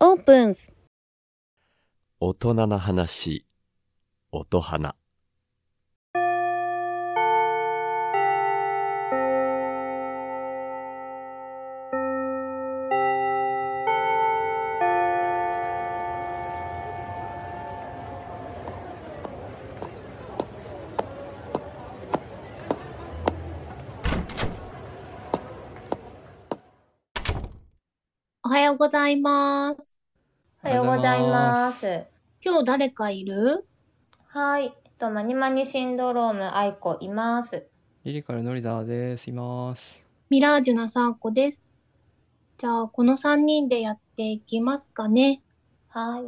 opens, 大人な話、音花。おはようございます。おはようございます。今日誰かいるはい。えっと、マニマニシンドローム愛子います。リリカルのリダーです。います。ミラージュなサーコです。じゃあ、この3人でやっていきますかね。は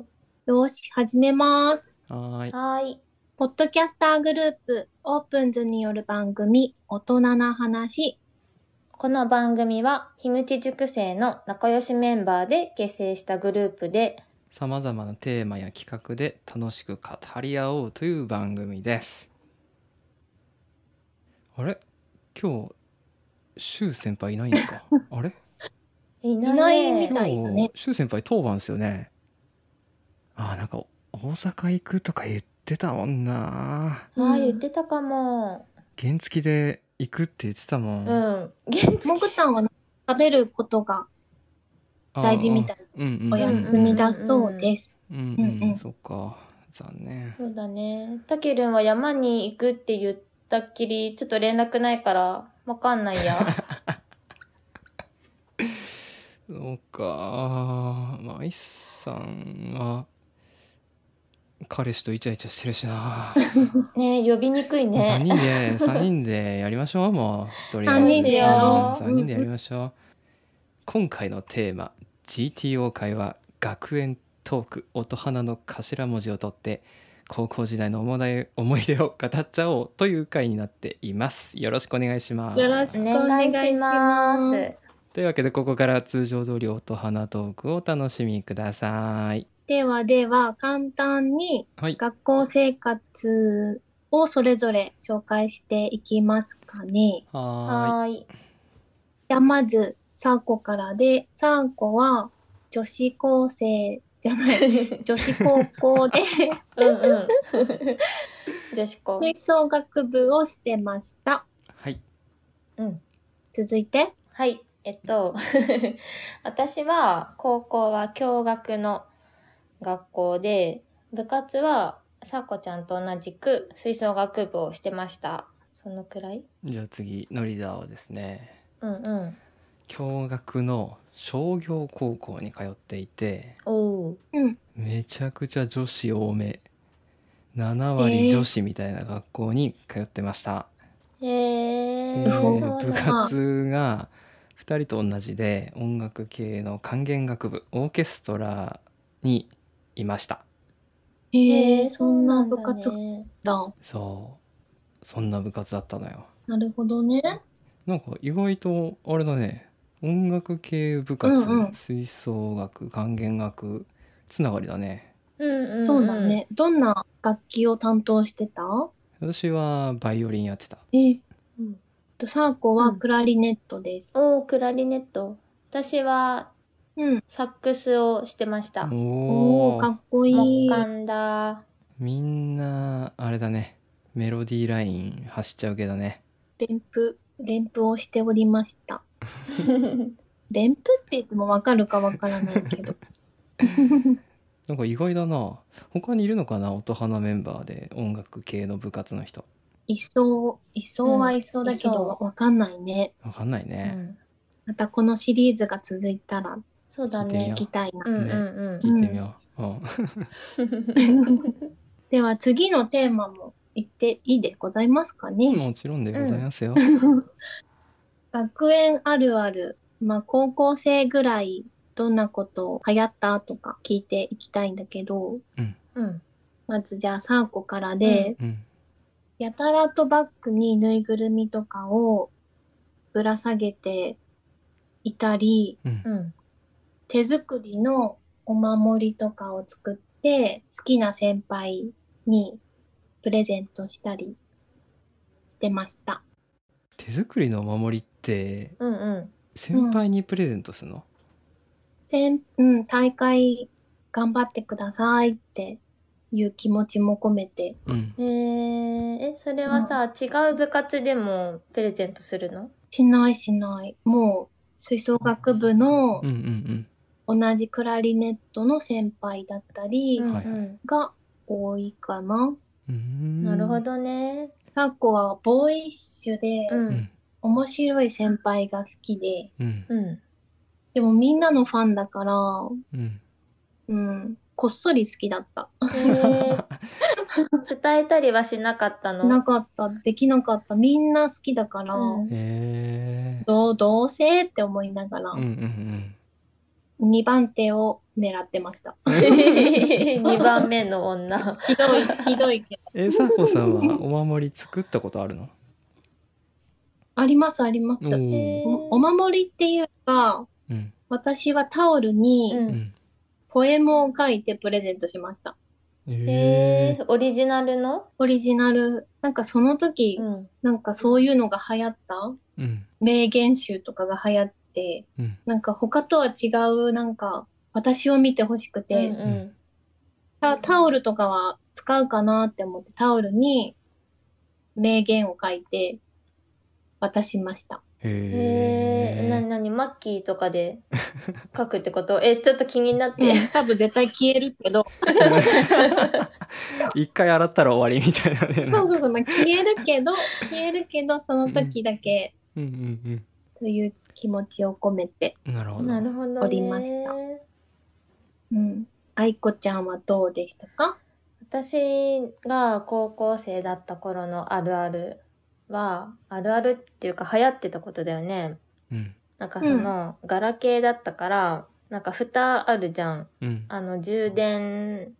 よーし、始めます。はーい。い。はい。ポッドキャスターグループ、オープンズによる番組、大人な話。この番組は、樋口塾生の仲良しメンバーで結成したグループで、さまざまなテーマや企画で楽しく語り合おうという番組です。あれ今日、シュウ先輩いないんで すかあれいいなないいみね。たいだね。シュウ先輩当番ですよね。あー、なんか大阪行くとか言ってたもんな。ああ、言ってたかも。原付で行くって言ってたもん。うん。 現地もぐさんは食べることがあー大事みたい。うんうん、お休みだそうです。うんうんう、うんんそっか。残念。そうだね。たけるんは山に行くって言ったっきり、ちょっと連絡ないから、わかんないや。そうか、まあ、イさんは、彼氏とイチャイチャしてるし な。 ね呼びにくいもう3ね。人で、3人でやりましょう、もう。とりあえず。三人でやろう3人でやりましょう。今回のテーマ、GTO 会は、学園トーク、音花の頭文字を取って、高校時代の思い出思い出を語っちゃおうという会になっています。よろしくお願いします。よろしくお願いします。というわけでここから通常通り音花トークをお楽しみください。ではでは、簡単にはい。学校生活をそれぞれ紹介していきますかね。ははーい。じゃあまず、サーコからで、サーコは女子高生じゃない、 女子高校でうんうん。女子校。吹奏楽部をしてました。い。はい。うん。続いて、はい。えっと、 私は高校は共学の学校で、部活はさこちゃんと同じく吹奏楽部をしてました。そのくらいじゃあ次のリーダーはですね、うんうん。共学の商業高校に通っていて、おう。うん、めちゃくちゃ女子多め、7割女子みたいな学校に通ってました。へえでーそうなん部だ。活が2人と同じで音楽系の管弦楽部オーケストラにいました。へへええ、そそんんななんだ部活ね。だ。そうそんな部活だったのよなるほどね。なんか意外とあれだね音楽系部活、うんうん吹奏楽管弦楽つながりだねうんうん、そうだ。ね。どんな楽器を担当してた私はバイオリンやってたええうんと、サーコはクラリネットです。おう、クラリネット。私はうん。サックスをしてました。おおおおーかっこい木い。管だ。みんなあれだねメロディーライン走っちゃうけどね連符、連符をしておりました。連符って言ってもわかるかわからないけど。なんか意外だな他にいるのかな音花メンバーで音楽系の部活の人いそう、いそうはいそうだけうんいど、そわかんないね。わかんないうね、ん、またこのシリーズが続いたらそうだ聞いてみねよ行。きたいな。うんうんう聞いてみよう、うん、では次のテーマも行っていいでございますかね。もちろんでございますよ、学園あるある、まあ高校生ぐらいどんなこと流行ったとか聞いていきたいんだけど、 うん。うん。まずじゃあサーコからで、うんやたらとバッグにぬいぐるみとかをぶら下げていたり、うんうん。手作りのお守りとかを作って好きな先輩にプレゼントしたりしてました。手作りのお守りってうんうん。先輩にプレゼントするの、せん、うん、大会頑張ってくださいっていう気持ちも込めて、うんえー、え、それはさ、違う部活でもプレゼントするのしないしない。もう、吹奏楽部のうんうん同じクラリネットの先輩だったりはいはいうんが多いかな。うんうーうんんなるほどね。サコはボーイッシュで、う。うんん面白い先輩が好きで、うんうん。でもみんなのファンだから、うんうん、こっそり好きだった。えー、 伝えたりはしなかったのなかった、できなかった、みんな好きだから、 うんへえどう、どうせって思いながらうん、うん2番手を狙ってました。 2番目の女。ひどい、ひどいけど。うんえさこさんはお守り作ったことあるのあります、あります。おーえーおお守りっていうか、うん私はタオルにううんんポエムを書いてプレゼントしました。ええー、オリジナルのオリジナル、なんかその時、うん。なんかそういうのが流行ったうん名言集とかが流行って、うんなんか他とは違う、なんか私を見てほしくうんて、うんタタオルとかは使うかなって思ってタオルに名言を書いて渡しました。へえ、なになに、マッキーとかで書くってことえ、ちょっと気になって。多分絶対消えるけど、一回洗ったら終わりみたいなねそうそうそう、まあ、消えるけど、消えるけどその時だけうんうんという気持ちを込めて、うんなるほどなるほど、ね。おりましたうん。愛子ちゃんはどうでしたか私が高校生だった頃のあるあるは、あるあるっていうか流行ってたことだよね。うんなんかその、ガラケーだったから、なんか蓋あるじゃん。うんあの、充電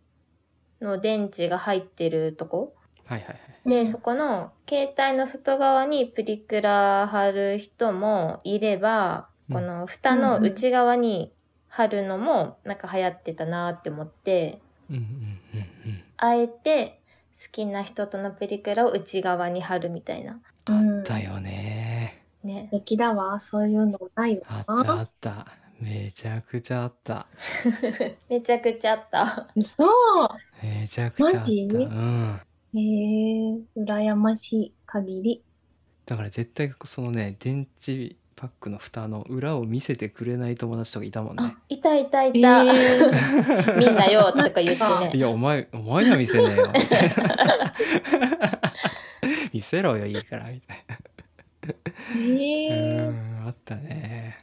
の電池が入ってるとこ。はいはいはいで、うんそこの携帯の外側にプリクラ貼る人もいれば、うんこの蓋の内側に貼るのもなんか流行ってたなって思って、うんうんうんうんあえて好きな人とのプリクラを内側に貼るみたいな。うん。だよね ね。素敵だわ。そういうのないよあったあな。っためちゃくちゃあっためちゃくちゃあった。 そう。めちゃくちゃあったマジうんへえ、羨ましい限り。だから絶対そのね電池パックの蓋の裏を見せてくれない友達とかいたもんねあ、いたいたいた。えー みんなよと か言っていね。やお前お前には見せね えよみたいな見せろよいいからみたいへなうえ。んあったね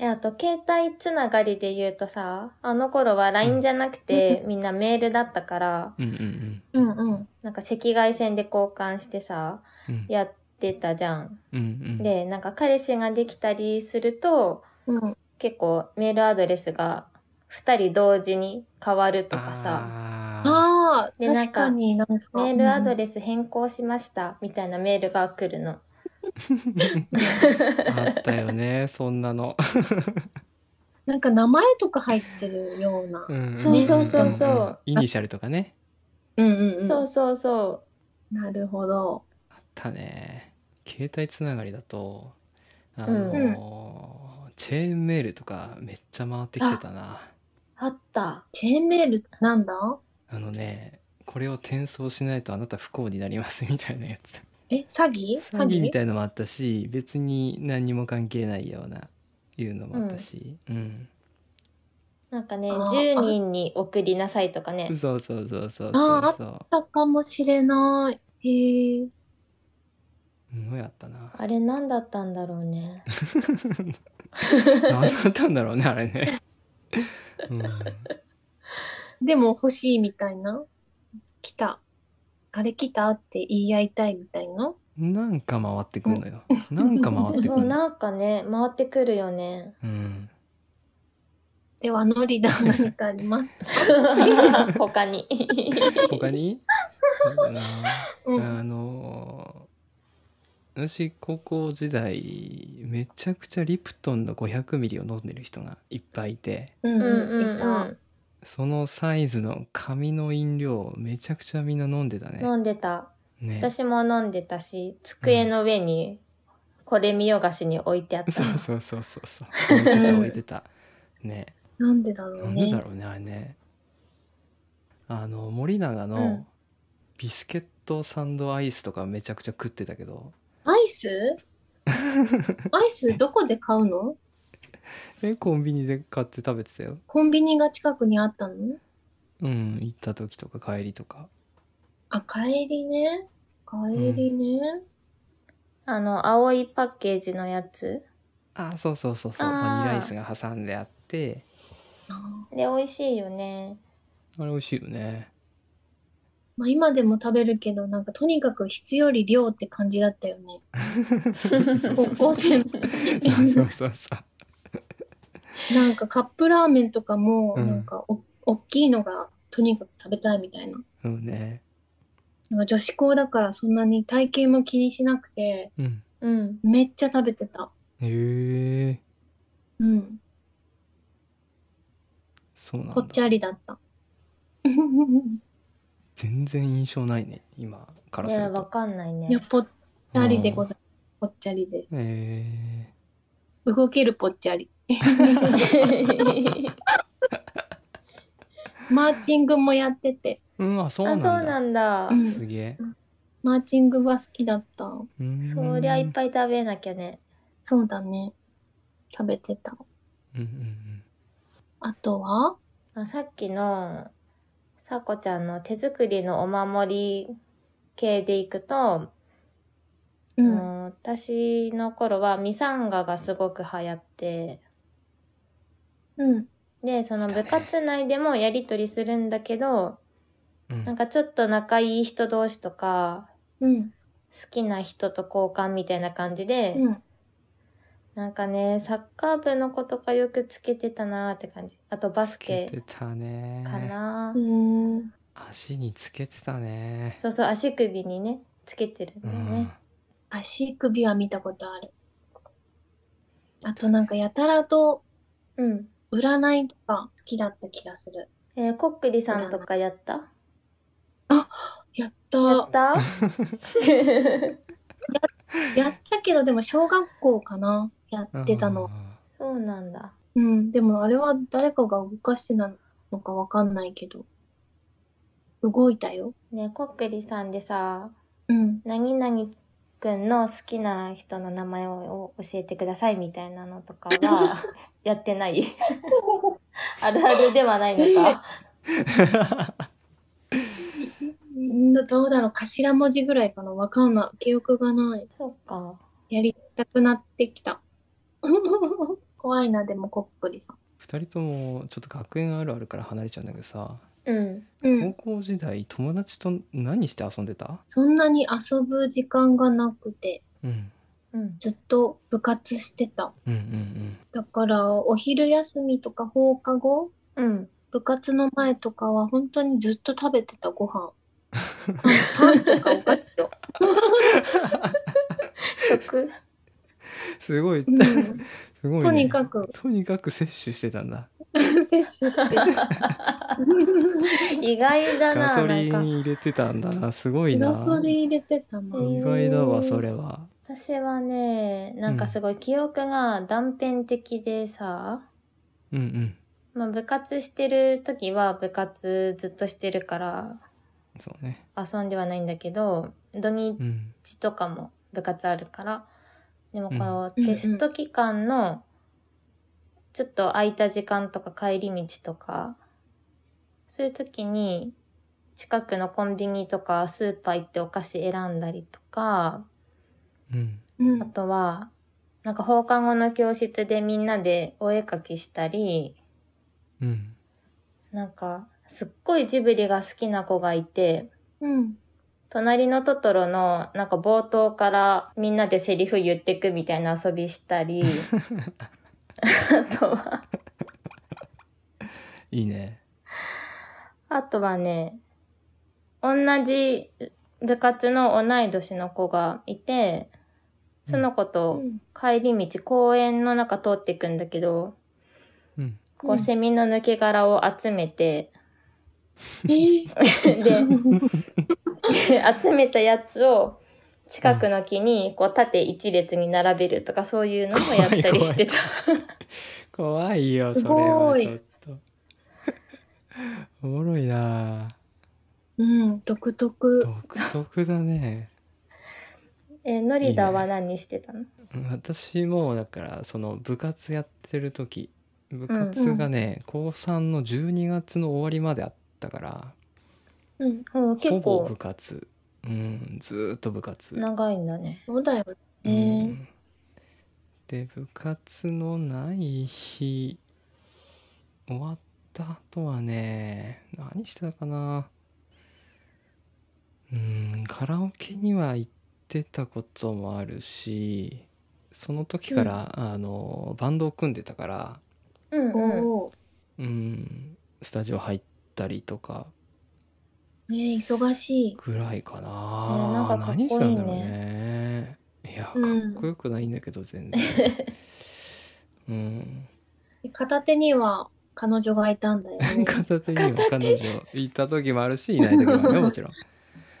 えあと、携帯つながりで言うとさ、あの頃は LINE じゃなくて、みんなメールだったから、うんうんうんうん。なんか赤外線で交換してさ、うんうんやってたじゃん。うんうんで、なんか彼氏ができたりすると、うん。結構メールアドレスが2人同時に変わるとかさ、あああ、でなん確かかになんか。メールアドス。レス変更しました、みたいなメールが来るの。ーあったよねそんなのなんか名前とか入ってるような。そうそうそうそうんんんイニシャルとかねうんうんうん。そうそうそなるほど。あったね携帯つながりだとあのーチェーンメールとかめっちゃ回ってきてたなう。あった。チェーンメールってなんだあのねこれを転送しないとあなた不幸になりますみたいなやつえ、詐欺詐欺みたいのもあったし別に何にも関係ないようないうのもあったし、うんなんかね、あ10人に送りなさいとかね。そうそうそうそうあそうーそうだったかもしれない。へえ。すごいあったなあれ何だったんだろうね。何だったんだろうねあれね、うん、でも欲しいみたいな。来た。あれ来たって言い合いたいみたいな。なんか回ってくるのよなんか回ってくそう、るの、なんかね、回ってくるよね。うん、では、ノリだ。何かあり ます。他に。他になんだなうん。あのー私高校時代めちゃくちゃリプトンの500ミリを飲んでる人がいっぱいいてうんうんうんういん。そのサイズの紙の飲料をめちゃくちゃみんな飲んでたね。飲んでた。ね私も飲んでたし、机の上にこれ見よがしに置いてあった。そうそうそうそうそう置いてた置いてた。ねなんでだろなうんでねだ。ろうねあれねあの森永うのんビスケットサンドアイスとかめちゃくちゃ食ってたけどアイス アイスどこで買うのえコンビニで買って食べてたよコンビニが近くにあったのうん行った時とか帰りとかあ、帰りね。帰りね。あの、青いパッケージのやつ。あそうそうそうそうあーバニラアイスが挟んであってあーで、美味しいよね。あれ美味しいよねまあ、今でも食べるけど、なんかとにかく質より量って感じだったよ ね。高校生の時そうそうそうそうなんかカップラーメンとかも、うんなんかお大きいのがとにかく食べたいみたいな。そうねなんか女子校だからそんなに体型も気にしなくて、うんうん。めっちゃ食べてた。へえうん。そうなんぽっちだゃりだ った。全然印象ないね今からいするや、とわかんないい やね。 ぽっちゃりでございます。ぽっちゃりで。うんへえ動けるぽっちゃり。マーチングもやってて、うんあそうなあ、んそうだなんだう。んすげえマーチングは好きだった。うんそりゃいっぱい食べなきゃね。そうだね。食べてた。うんうんあとはあさっきの、さこちゃんの手作りのお守り系でいくと、うあん。の私の頃はミサンガがすごく流行って、うん。で、その部活内でもやりとりするんだけど、うんなんかちょっと仲いい人同士とか、うん。好きな人と交換みたいな感じで、うん。なんかね、サッカー部の子とかよくつけてたなーって感じ。あとバスつけケてたねかな、うん。足につけてたねそうそう、足首にね、つけてるんだよね。足首は見たことある。あとなんかやたらとうん。占いとか好きだった気がする。えーこっくりさんとかやったやったやっやたったけどでも小学校かなやうん ってたの。 そうなんだ。うん。でもあれは誰かが動かしてなのかわかんないけど。動いたよ。ねえこっくりさんでさ、うん。何々くんの好きな人の名前を教えてくださいみたいなのとか はやってないあるあるではないのか。んーどうだろう頭文字ぐらいかなわかんない。記憶がない。そうか。やりたくなってきた。 怖いな、でも、こっくりさん。二人ともちょっと学園あるあるから離れちゃうんだけどさうん。う高ん。校時代友達と何して遊んでたそんなに遊ぶ時間がなくて、うんうん。ずっと部活してた。うんうんだから、お昼休みとか放課後、うん。部活の前とかは本当にずっと食べてたご飯。パンとかお菓子を。 食 すごい、うん、すごい、ね、とにかくとにかく摂取してたんだ摂取してた。 意外だガな、ソなリんンか。入れてたんだなすごいなガソリン入れてたな。意外だわそれは私はね、なんかすごい記憶が断片的でさ、うんうんまあ部活してる時は部活ずっとしてるからそうね遊んではないんだけど、土日うんうちとかも部活あるからでもこのうんテスト期間のちょっと空いた時間とか帰り道とかそういう時に近くのコンビニとかスーパー行ってお菓子選んだりとかうんうんあとはなんか放課後の教室でみんなでお絵かきしたりうんなんかすっごいジブリが好きな子がいてうん。隣のトトロのなんか冒頭からみんなでセリフ言ってくみたいな遊びしたりあとはいいねあとはね同じ部活の同い年の子がいてその子うとん帰り道公園の中通っていくんだけど、うんこうセミの抜け殻を集めてえーで集めたやつを近くの木にこう縦一列に並べるとかそういうのもやったりしてた。怖いよそれすごはいちょっと おもろいなうん、独特。独特だねえ、ノリダは何してたの私もだからその部活やってる時部活がね、高3の12月の終わりまであったからうん、うん、ほ結ぼ部構活うんずーっと部活長いんだね。そうだようね。んで部活のない日終わった後はね何してたかなうんカラオケには行ってたこともあるしその時から、あのバンドを組んでたから、うんうん。おーうん、スタジオ入ったりとかね忙しい。ぐらいかな,、ねなんかかっこいいね何してたんだろうねいやかうんっこよくないんだけど全然うん。片手には彼女がいたんだよね片手には彼女いた時もあるしいない時もあるよもちろん、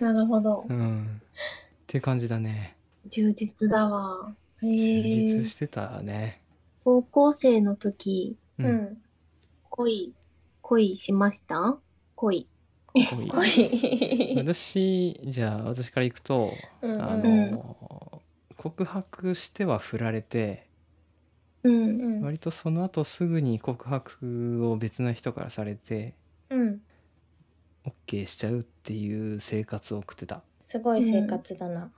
なるほどう。ん、って感じだね充実だわ。へ充え実。してたね、高校生の時、う、うんん。恋、恋しました恋。濃い濃い。私じゃあ私からいくと、うんうんあの告白しては振られてう。うんん。割とその後すぐに告白を別の人からされてうん。 OK しちゃうっていう生活を送ってたすごい生活だな。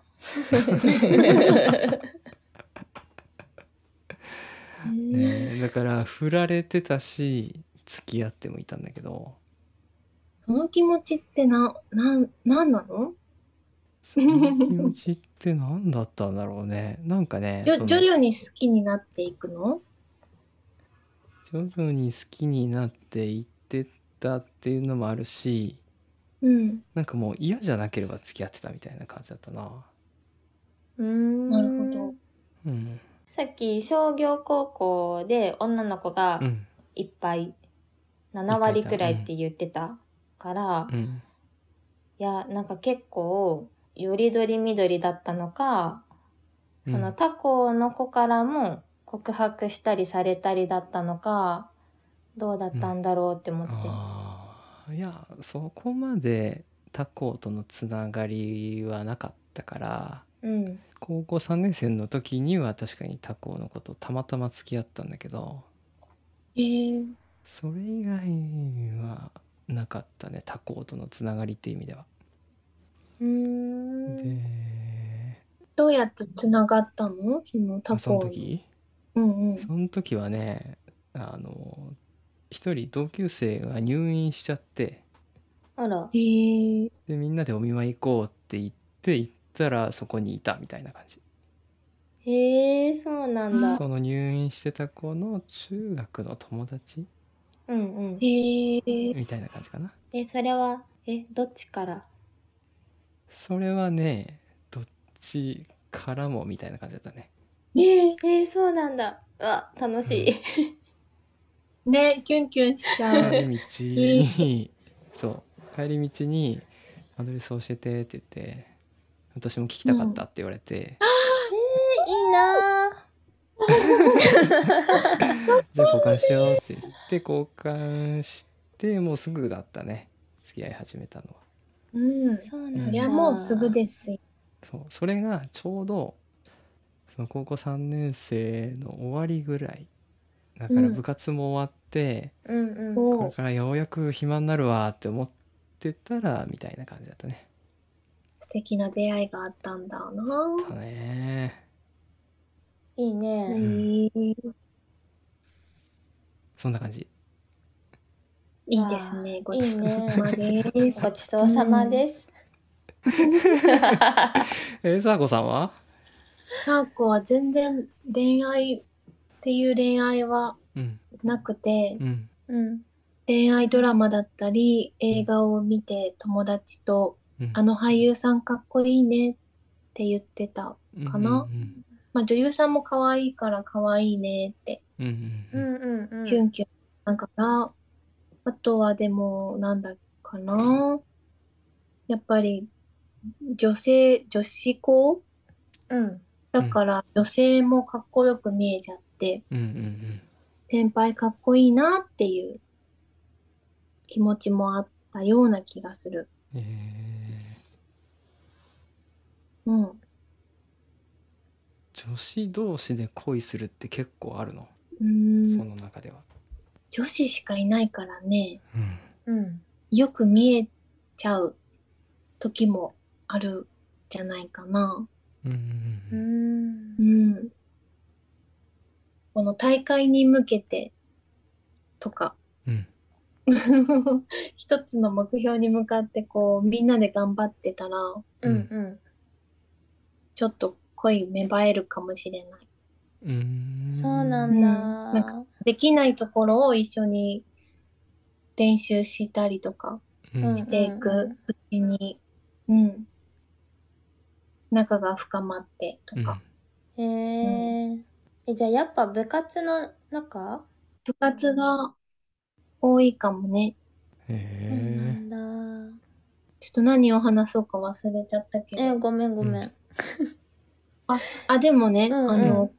ねえだから振られてたし付き合ってもいたんだけどその気持ちってな、なん、なんなのその気持ちって何だったんだろうねなんかねじょそ の徐々に好きになっていくの徐々に好きになっていってったっていうのもあるしうん。なんかもう嫌じゃなければ付き合ってたみたいな感じだったなうん。なるほど。。うんさっき商業高校で女の子がうんいっぱい、7割くらいって言ってたから、うんいや、なんか結構、よりどりみどりだったのか、うんその他校の子からも告白したりされたりだったのか、どうだったんだろうって思って。あーいやそこまで他校とのつながりはなかったからうん。高校3年生の時には確かに他校の子とたまたま付き合ったんだけどへえ。それ以外はなかったね他校とのつながりっていう意味では。うーん。でどうやって繋がったのその他あその校に。時うんうん。その時はねあの一人同級生が入院しちゃってあら。へえ。でみんなでお見舞い行こうって言って行ったらそこにいたみたいな感じ。へえ、そうなんだ。その入院してた子の中学の友達うんうん。へえ。みたいな感じかなで、それは、え、どっちからそれはねどっちからもみたいな感じだったねねえー、そうなんだ。うわ、楽し い。え。ねキュンキュンしちゃう。帰り道にそう帰り道に「アドレス教えて」って言って「私も聞きたかった」って言われていいな「じゃあ交換しよう」って言って交換してもうすぐだったね付き合い始めたのは。うんぁ。。そうなんだ。だそりゃもうすぐですよ。そうそれがちょうどその高校3年生の終わりぐらいだからうん部活も終わって、うんうん。こおれからようやく暇になるわって思ってたらみたいな感じだったね。素敵な出会いがあったんだな。だねいいね。へえそんな感じ。いいですね。ごいちいそうねさ。まです。ごちそうさまです。えー、さあこさんはターコは全然恋愛っていう恋愛はうんなくて、うんうん。恋愛ドラマだったり、映画を見て友達と、うんあの俳優さんかっこいいねって言ってた。かなうんまあ女優さんも可愛いから可愛いねって、うんうんううんんうんうん。キュンキュンだから、あとはでも、なんだかな。やっぱり、女性、女子校うん。だから女性もかっこよく見えちゃって、うんうん先輩かっこいいなっていう気持ちもあったような気がする。えうん。ー女子同士で恋するって結構あるの、うそんの中では、女子しかいないからね、うん、うん。よく見えちゃう時もあるじゃないかな。うんうう。んん。この大会に向けてとか、 うん一つの目標に向かってこうみんなで頑張ってたらうん。うん。ちょっと恋芽生えるかもしれないうんそうだなんだ。うんなんかできないところを一緒に練習したりとかうんうんしていくうちにうん、仲が深まってとうんか、へええ、じゃあやっぱ部活の中部活が多いかもねそうへーなんだ。ちょっと何を話そうか忘れちゃったけえ、どごめんごめん。あでもね、うんうんあの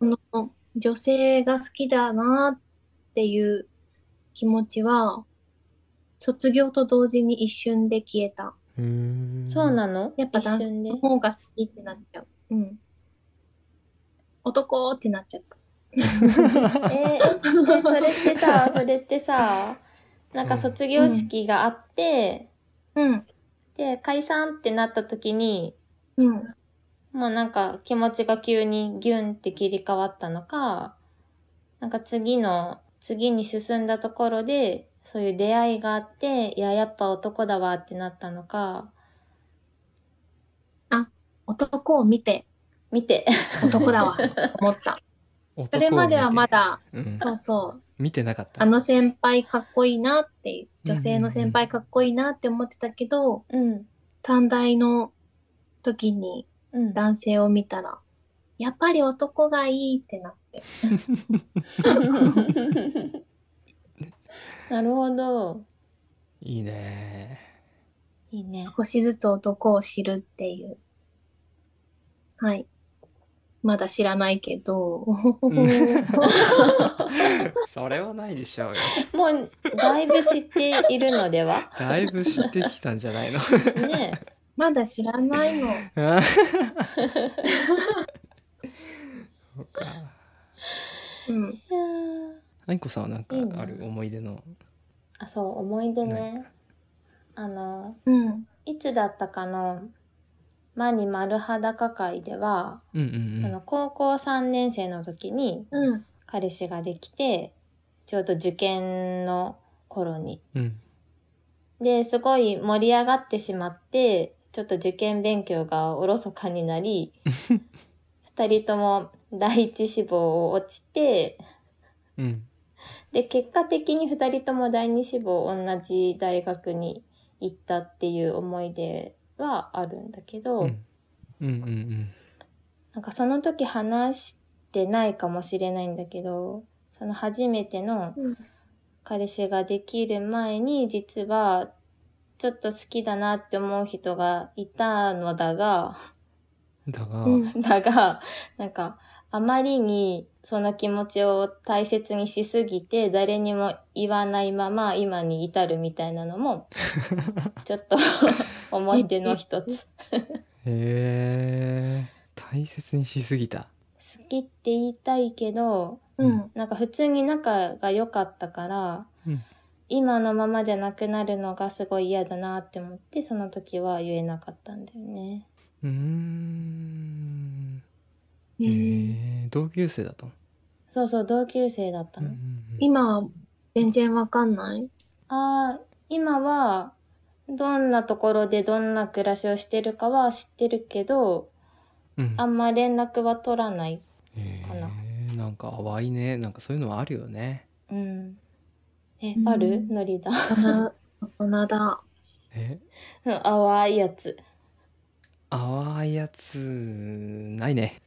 この女性が好きだなっていう気持ちは卒業と同時に一瞬で消えたそうなのやっぱ一男性 瞬での。方が好きってなっちゃう。うん。男ってなっちゃった。えーえ、それってさ、それってさ、なんか卒業式があって、 うん。で、解散ってなった時に、うん。もうなんか気持ちが急にギュンって切り替わったのか、なんか次の、次に進んだところで、そういう出会いがあって、いや、やっぱ男だわってなったのか、男を見て、見て。 男だわ、思った。それまではま、だ、うんそうそう、見てなかったあの先輩かっこいいなっていう、女性の先輩かっこいいなって思ってたけど、うん。短大の時に うん。男性を見たら、やっぱり男がいいってなって。なるほど。いいねいいね。少しずつ男を知るっていう。はい。まだ知らないけど。それはないでしょうよもう、だいぶ知っているので はだいぶ知ってきたんじゃないの ねえ。 まだ知らないの。そうかうん。いやー愛子さんはなんかいいなある思い出のあ、そう、思い出ね。あの、うん。いつだったかの、マニ丸裸会では、うんうあの高校3年生の時にうん。彼氏ができて、ちょうど受験の頃に。うんうんで、すごい盛り上がってしまって、ちょっと受験勉強がおろそかになり、 二人とも第一志望を落ちて、うんで、結果的に二人とも第二志望同じ大学に行ったっていう思い出はあるんだけど、うんうんうんうんなんかその時話してないかもしれないんだけど、その初めてのうん彼氏ができる前に実はちょっと好きだなって思う人がいたのだが、 だが、うん。だが、なんかあまりにその気持ちを大切にしすぎて誰にも言わないまま今に至るみたいなのも、ちょっと 思い出の一つ。へえ大切にしすぎた好きって言いたいけど、うん。なんか普通に仲が良かったから、うん今のままじゃなくなるのがすごい嫌だなって思ってその時は言えなかったんだよね。うーんうへんえ同級生だとそうそう同級生だったの。今は全然わかんない。ああ今はどんなところでどんな暮らしをしてるかは知ってるけどうんあんま連絡は取らない。へかなえなんか淡いねなんかそういうのはあるよねうん。え、うんあるノリだ。大人大人だ。えうん 淡いやつ。淡いやつな いね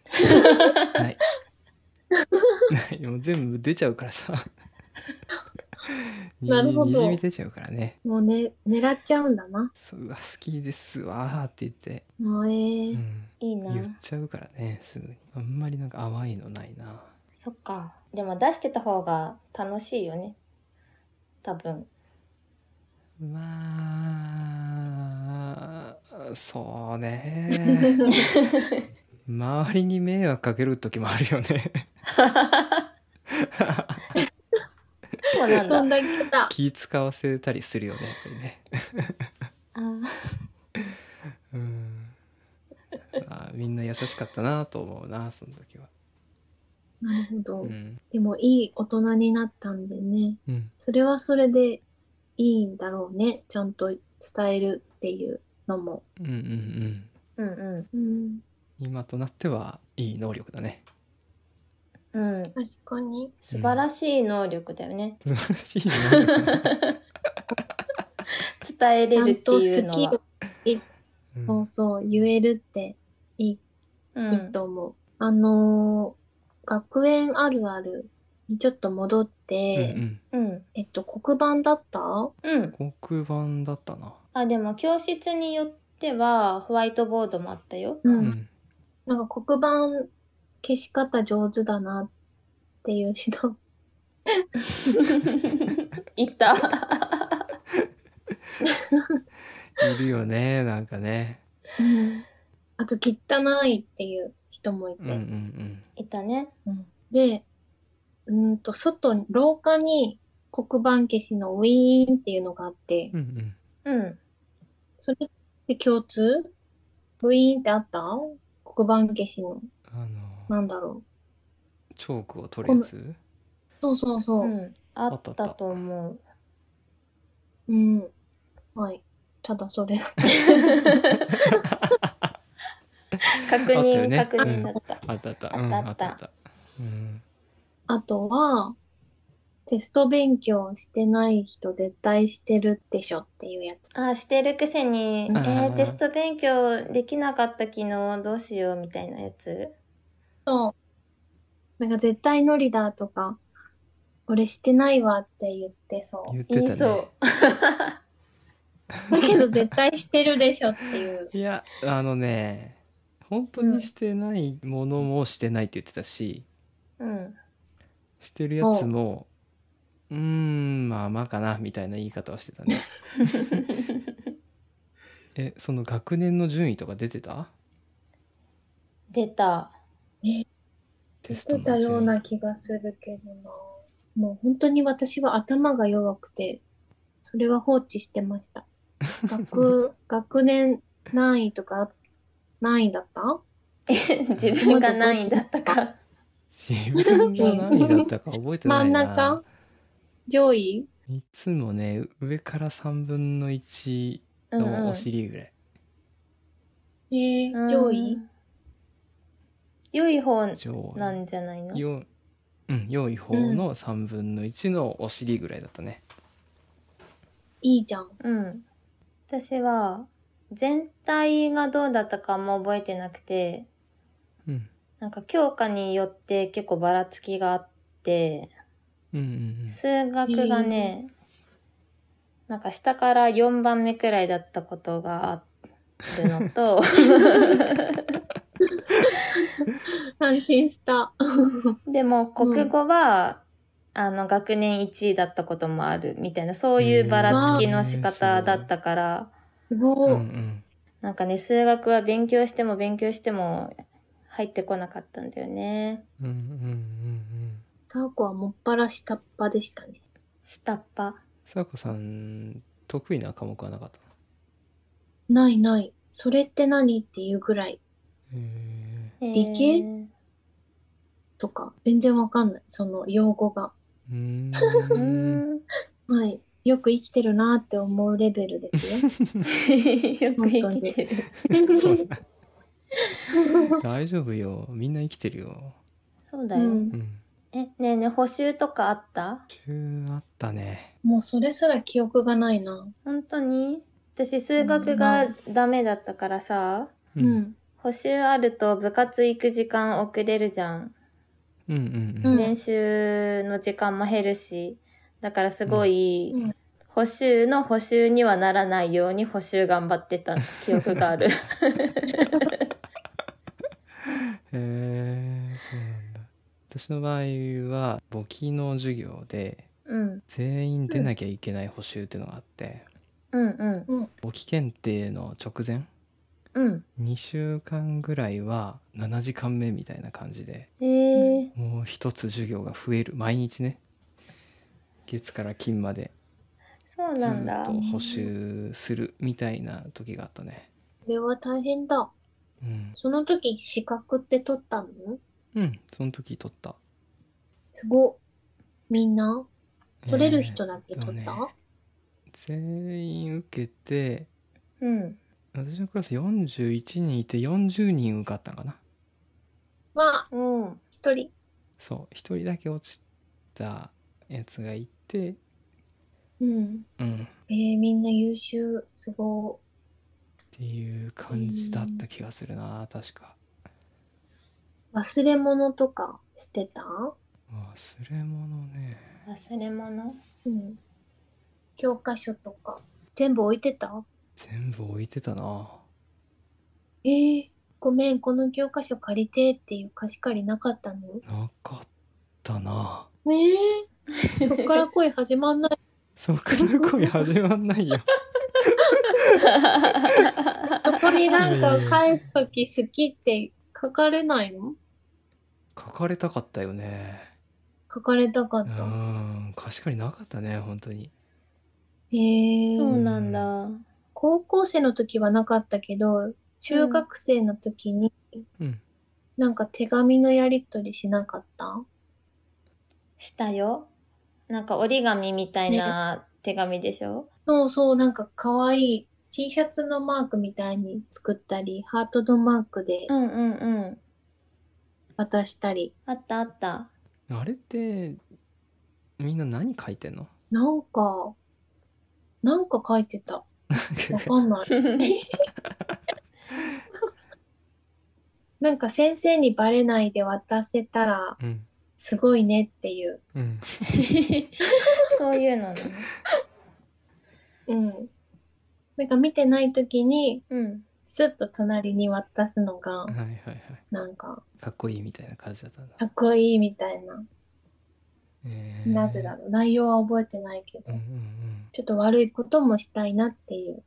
ないないもう全部出ちゃうか らさになるほどにじみ出ちゃうからねもうね、狙っちゃうんだな。そううわ好きですわーって言って、もうえうーんいいな。言っちゃうからねすぐにあんまりなんか淡いのないなそっか。でも出してた方が楽しいよね。多分。まあそうね 周りに迷惑かける時もあるよねそうなんだどん。だけだ。気使わせたりするよねやっぱりねあーうんあみんな優しかったなと思うなその時はなるほど。うん、でもいい大人になったんでね。うん、それはそれでいいんだろうね。ちゃんと伝えるっていうのも。うんうんううんんううん、今となってはいい能力だ ねん。うん。確かに。素晴らしい能力だよね。素晴らしい能力だね、伝えちれゃるっんてという好のきはを。うそんうそう言えるっていい,、ういいん。と思う。あのー学園あるあるにちょっと戻って、うんうん。えっと黒板だったうん。うん、黒板だったな、あ、でも教室によってはホワイトボードもあったよ。う、うんん、なんか黒板消し方上手だなっていう人 いた。いるよねなんかねあと汚いっていう人もいて、うんうん いたね。でうーんと外に廊下に黒板消しのウィーンっていうのがあってうんうんうん。それって共通ウィーンってあった黒板消しのうんあのなんだろチョークを取るやつうそうそうそうう、ん。ああっったあったたと思う。うん、はいただそれだ け確あったよ認、ね確認だった。あったあったあったあったうんあったあったうんあとはテスト勉強してない人絶対してるでしょっていうやつあ、してるくせに、えうんー、テスト勉強できなかった昨日どうしようみたいなやつ。そう。なんか絶対ノリだとか、俺してないわって言ってそ。言っ言ていたねそうだけど絶対してるでしょって いう。いやあのね本当にしてないものもしてないって言ってたし、う。うん。してるやつもうーんまあまあかなみたいな言い方をしてたね えその学年の順位とか出てた出 た。テスト言のってた順位ような気がするけどな。もう本当に私は頭が弱くて、それは放置してました。 学、学年何位とか、何位だった自分が何位だったか。自分が何位だったか覚えてな真いんな中上位いつもね上から3分の1うんうんのお尻ぐらい、えー、上位うん良い方上位なんじゃないのようん、良い方の3分の1のお尻ぐらいだったね。いいじゃん。うん。私は、全体がどうだったかも覚えてなくて、うん、なんか教科によって結構ばらつきがあって、うん、うん数学がね、なんか下から4番目くらいだったことがあるのと、 安心した。でも国語は、あの学年1位だったこともあるみたいな、そういうばらつきの仕方だったから、すうん、うごい。ん、なんかね、数学は勉強しても勉強しても入ってこなかったんだよね。うん、うん、うん、うん。サーコはもっぱら下っ端でしたね。下っ端。さこさん、得意な科目はなかった。ないない。それって何っていうぐらいへ理系とか、全然わかんない。その用語が。え。うー。えーうんん。はい。よく生きてるなって思うレベルです よ。よく生きてる。そう 大丈夫よ。みんな生きてるよ。 そうだうよ。んう、ん。え、ねえねえ、補習とかあった中あったね。もうそれすら記憶がないな。本当に私、数学がダメだったからさ、う、うんん。補習あると部活行く時間遅れるじゃん。うん、うん、うん練習の時間も減るし、だからすごい、うん補習の補習にはならないように補習頑張ってた記憶がある。へえ、そうなんだ。私の場合は簿記の授業でうん全員出なきゃいけない補習っていうのがあって、うんうん簿記検定の直前うん2週間ぐらいは7時間目みたいな感じでえー、もう一つ授業が増える毎日ね月から金までそうずなんっだと補習するみたいな時があったねそれは大変だ。うん、その時資格って取ったのうん、その時取ったすごっ。みんな取れる人だけえーと取っねた、全員受けてうん私のクラス41人いて40人受かったんかなまあ、うん一人。そう1人だけ落ちたやつがいてうん。うんっえー、みんな優秀。すごていう感じだった気がするな確かい。忘れ物とかしてた忘れ物ね忘れ 物うん。教科書とか。全部置いてた全部置いてたなえー、ごめん、この教科書借りてっていう貸し借りなかったのなかったなええ そっから恋始まんない。そっから恋始まんない よそこになんか返すとき好きって書かれないの書かれたかったよね書かれたかうった。ん貸し借りなかったね本当にへえそうなんだ高校生の時はなかったけど、中学生の時にうんなんか手紙のやりとりしなかったしたよなんか折り紙みたいな手紙でしょ、そうそう、なんか可愛い T シャツのマークみたいに作ったり、ハートのマークでうんうんうん渡したり。あったあ ったあれってみんな何書いてんのなんか、なんか書いてた。わかんない。なんか先生にバレないで渡せたらうんすごいねっていう。うんそういうのねうん。なんか見てない時にうんスッと隣に渡すのがはいはいはいなんかかっこいいみたいな感じだったんだかっこいいみたいな。えーなぜだろう。内容は覚えてないけうんどうんう。んちょっと悪いこともしたいなっていう。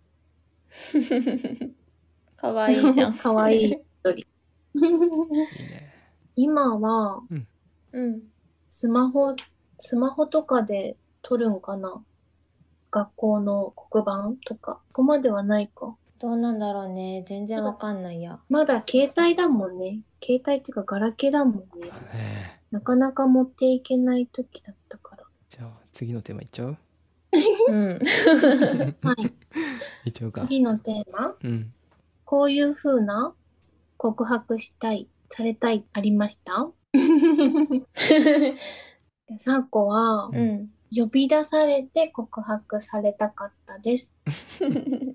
かわいいじゃんかわいい一人。いいね今は うんスマホ、スマホとかで撮るんかな学校の黒板とか。ここまではないか。どうなんだろうね全然わかんないやまだ携帯だもんね。携帯っていうかガラケーだもんねだ。ねなかなか持っていけない時だったから。じゃあ次のテーマいっちゃううんはい。いっちゃうか次のテーマ。うんこういう風な告白したい、されたい、ありましたでサコは、 うん呼び出されて告白されたかったです。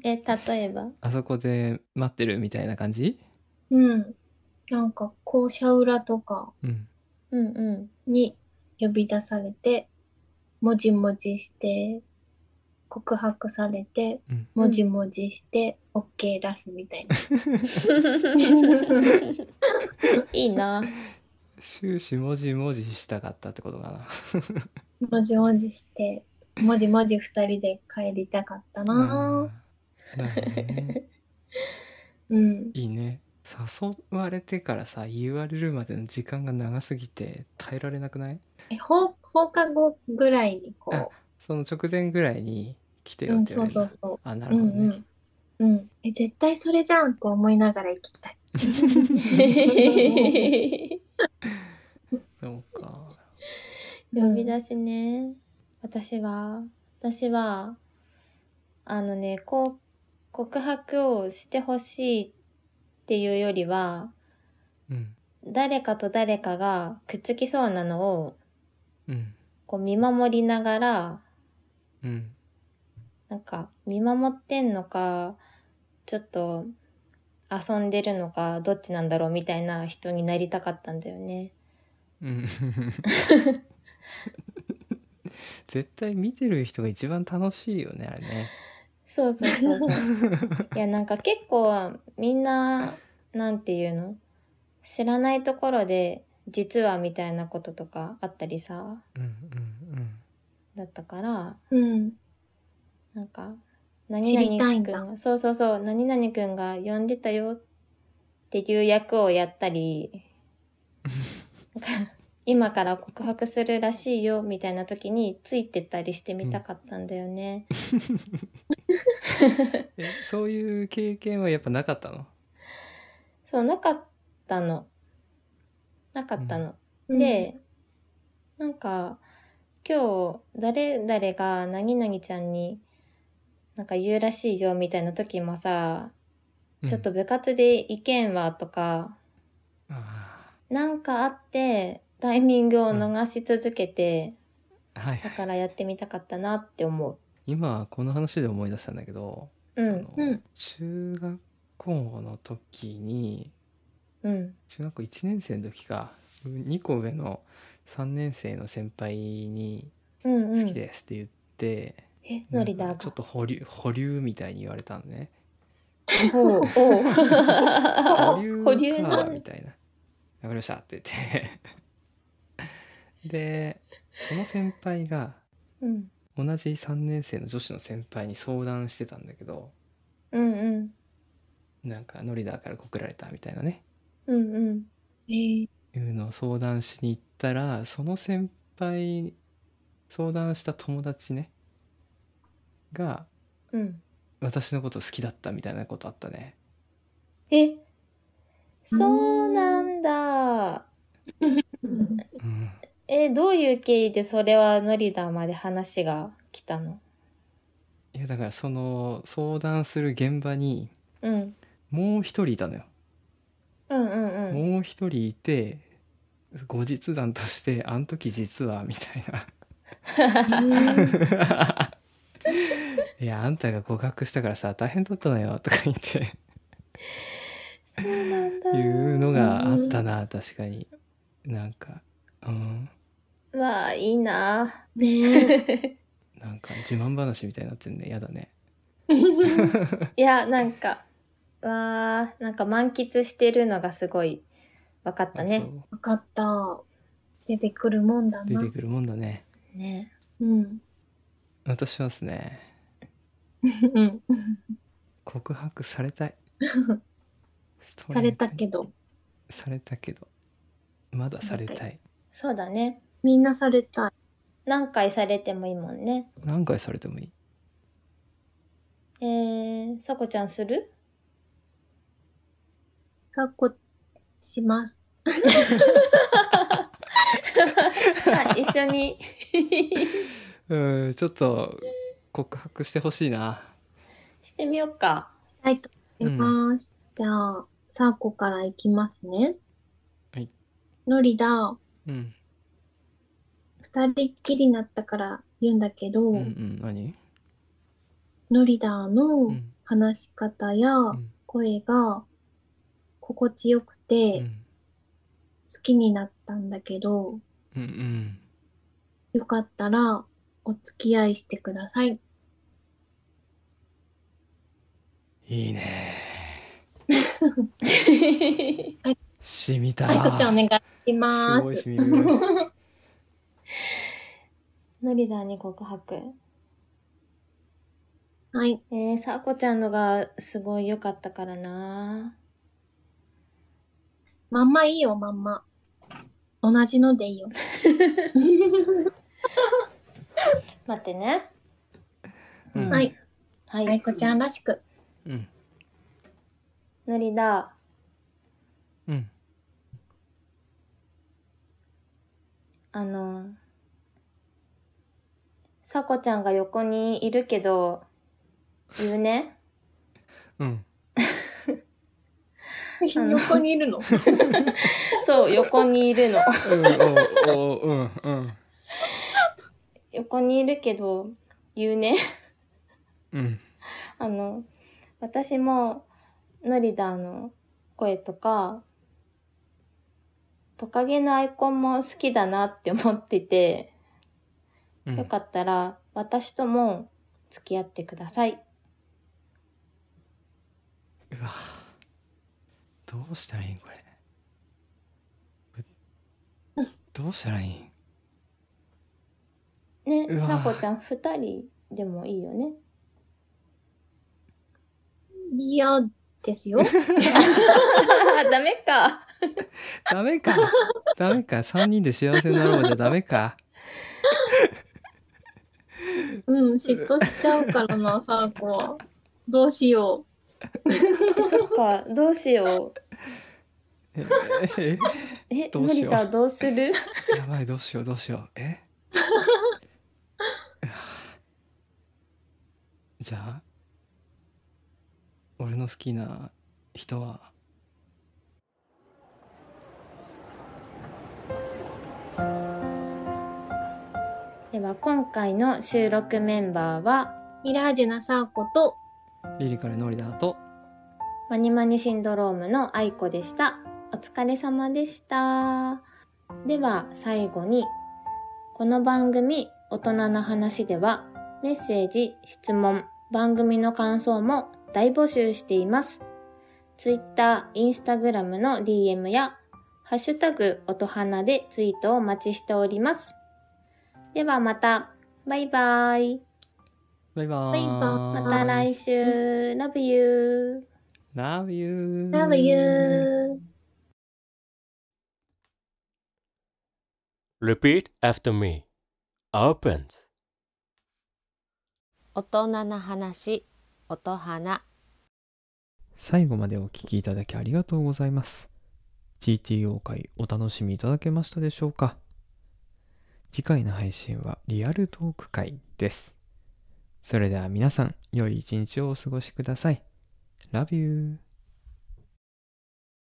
え例えばあそこで待ってるみたいな感じうん。なんか校舎裏とかうんうんうに呼び出されて、もじもじして、告白されて、うんもじもじして、OK 出すみたいな。んいいな終始もじもじしたかったってことかなもじもじして、もじもじ二人で帰りたかったなうんなるほどねうん。いいね誘われてからさ言われるまでの時間が長すぎて耐えられなくないえ放放課後ぐらいにこその直前ぐらいに来てう、うよっん、て言そうわれるんそだうそあなう。うるんほうどねん。うん、え絶対それじゃんって思いながら行きたい。そうか呼び出しね私は私はあのねこう告白をしてほしいっていうよりはうん誰かと誰かがくっつきそうなのをうんこう見守りながらうんなんか見守ってんのかちょっと遊んでるのかどっちなんだろうみたいな人になりたかったんだよね。うん絶対見てる人が一番楽しいよねあれねそうそうそうそう。いやなんか結構みんななんていうの知らないところで実はみたいなこととかあったりさうんうんだったからうん。なんか知りたいんくだんがそうそうそう何々くんが呼んでたよっていう役をやったりなんか今から告白するらしいよみたいな時についてったりしてみたかったんだよね、うんえそういう経験はやっぱなかったのそうなかったのなかったの、うん、で、なんか今日誰々が何々ちゃんになんか言うらしいよみたいな時もさ、うんちょっと部活で意見はとかあなんかあってタイミングを逃し続けて、ーはいだからやってみたかったなって思今この話で思い出したんだけど、う。うそんのうん中学校の時にうん中学校1年生の時か2個上の3年生の先輩にうんう「好きん。です」って言って、えノリだながんかちょっと保留保留みたいに言われたんねおうおう保留保留なかんみたいな「わかりました」って言って でその先輩がうん同じ3年生の女子の先輩に相談してたんだけどうんうんなんかノリダーから告られたみたいなねうんうんえーいうのを相談しに行ったらその先輩相談した友達ねがうん。私のこと好きだったみたいなことあったねえそうなんだ。うんうんえ、どういう経緯でそれはノリダーまで話が来たのいやだからその相談する現場にうん。もう一人いたのよ、うんうんうん。もう一人いて後日談として「あん時実は」みたいな「いやあんたが告白したからさ大変だったのよ」とか言ってそうなんだ。いうのがあったな確かになんかうんわあ、いいな。ねなんか自慢話みたいになってんねやだね え。いや、なんか、わあ、なんか満喫してるのがすごい分かったね。そわかった。出てくるもんだう出なて。くるもんだねね。うん。私はですねうん。告白されたいスト さレーれトたにけど、されたけどまだされたいそうだね。みんなされたい。何回されてもいいもんね。何回されてもいいえー、さこちゃんするかっこします。あ一緒 に。うんちょっと告白してほしいなしてみよう か。したいと思います。じゃあ、サーコからいきますね。はい。ノリだ、うん二人っきりになったから言うんだけど、うんうん何ノリだうのん話し方やん声が心地よくうてん好きになったんだけど、うんうんよかったらお付き合いしてください。いいね染みたサイコちゃんお願いしますす。ごい染みるノリダーに告白。はい。えー、さこちゃんのがすごい良かったからな。まんまいいよ、まんま。同じのでいいよ。待ってね。う んはい。はあいい。こちゃんらしく。うんのりだ。うんあの、さこちゃんが横にいるけど、言うね。 うん横にいるの。そう、横にいる の。うんおおうんうん横にいるけど、言うね。うんあの、私も、のりだの声とか、トカゲのアイコンも好きだなって思ってて、うんよかったら私とも付き合ってください。うわどうしたらいいんこれうどうしたらいいんね、うわさこちゃん二人でもいいよね。いや、ですよ。 ダメか。ダメかダメか3人で幸せになろうじゃダメかうん、嫉妬しちゃうからな、サーコは。どうしよそっか、どうしよう。えええ、どうし森よう田どうする やばいどうしようどうしようえじゃあ俺の好きな人はでは、今回の収録メンバーは、う。ミラージュなサーコと、リリカルノリダーとマニマニシンドロームの愛子でした。お疲れ様でした。では、最後に、この番組、大人な話では、メッセージ、質問、番組の感想も大募集しています。Twitter、Instagram の DM や、ハッシュタグ、音花でツイートをお待ちしております。ではまた、バイバイ。バイバーバイバーイまた来週、Love you. Love you Love you! Repeat after me. Opens. 大人な話音花最後までお聞きいただきありがとうございます。GTO 会お楽しみいただけましたでしょうか次回の配信はリアルトーク会です。それでは皆さん、良い一日をお過ごしください。Love you!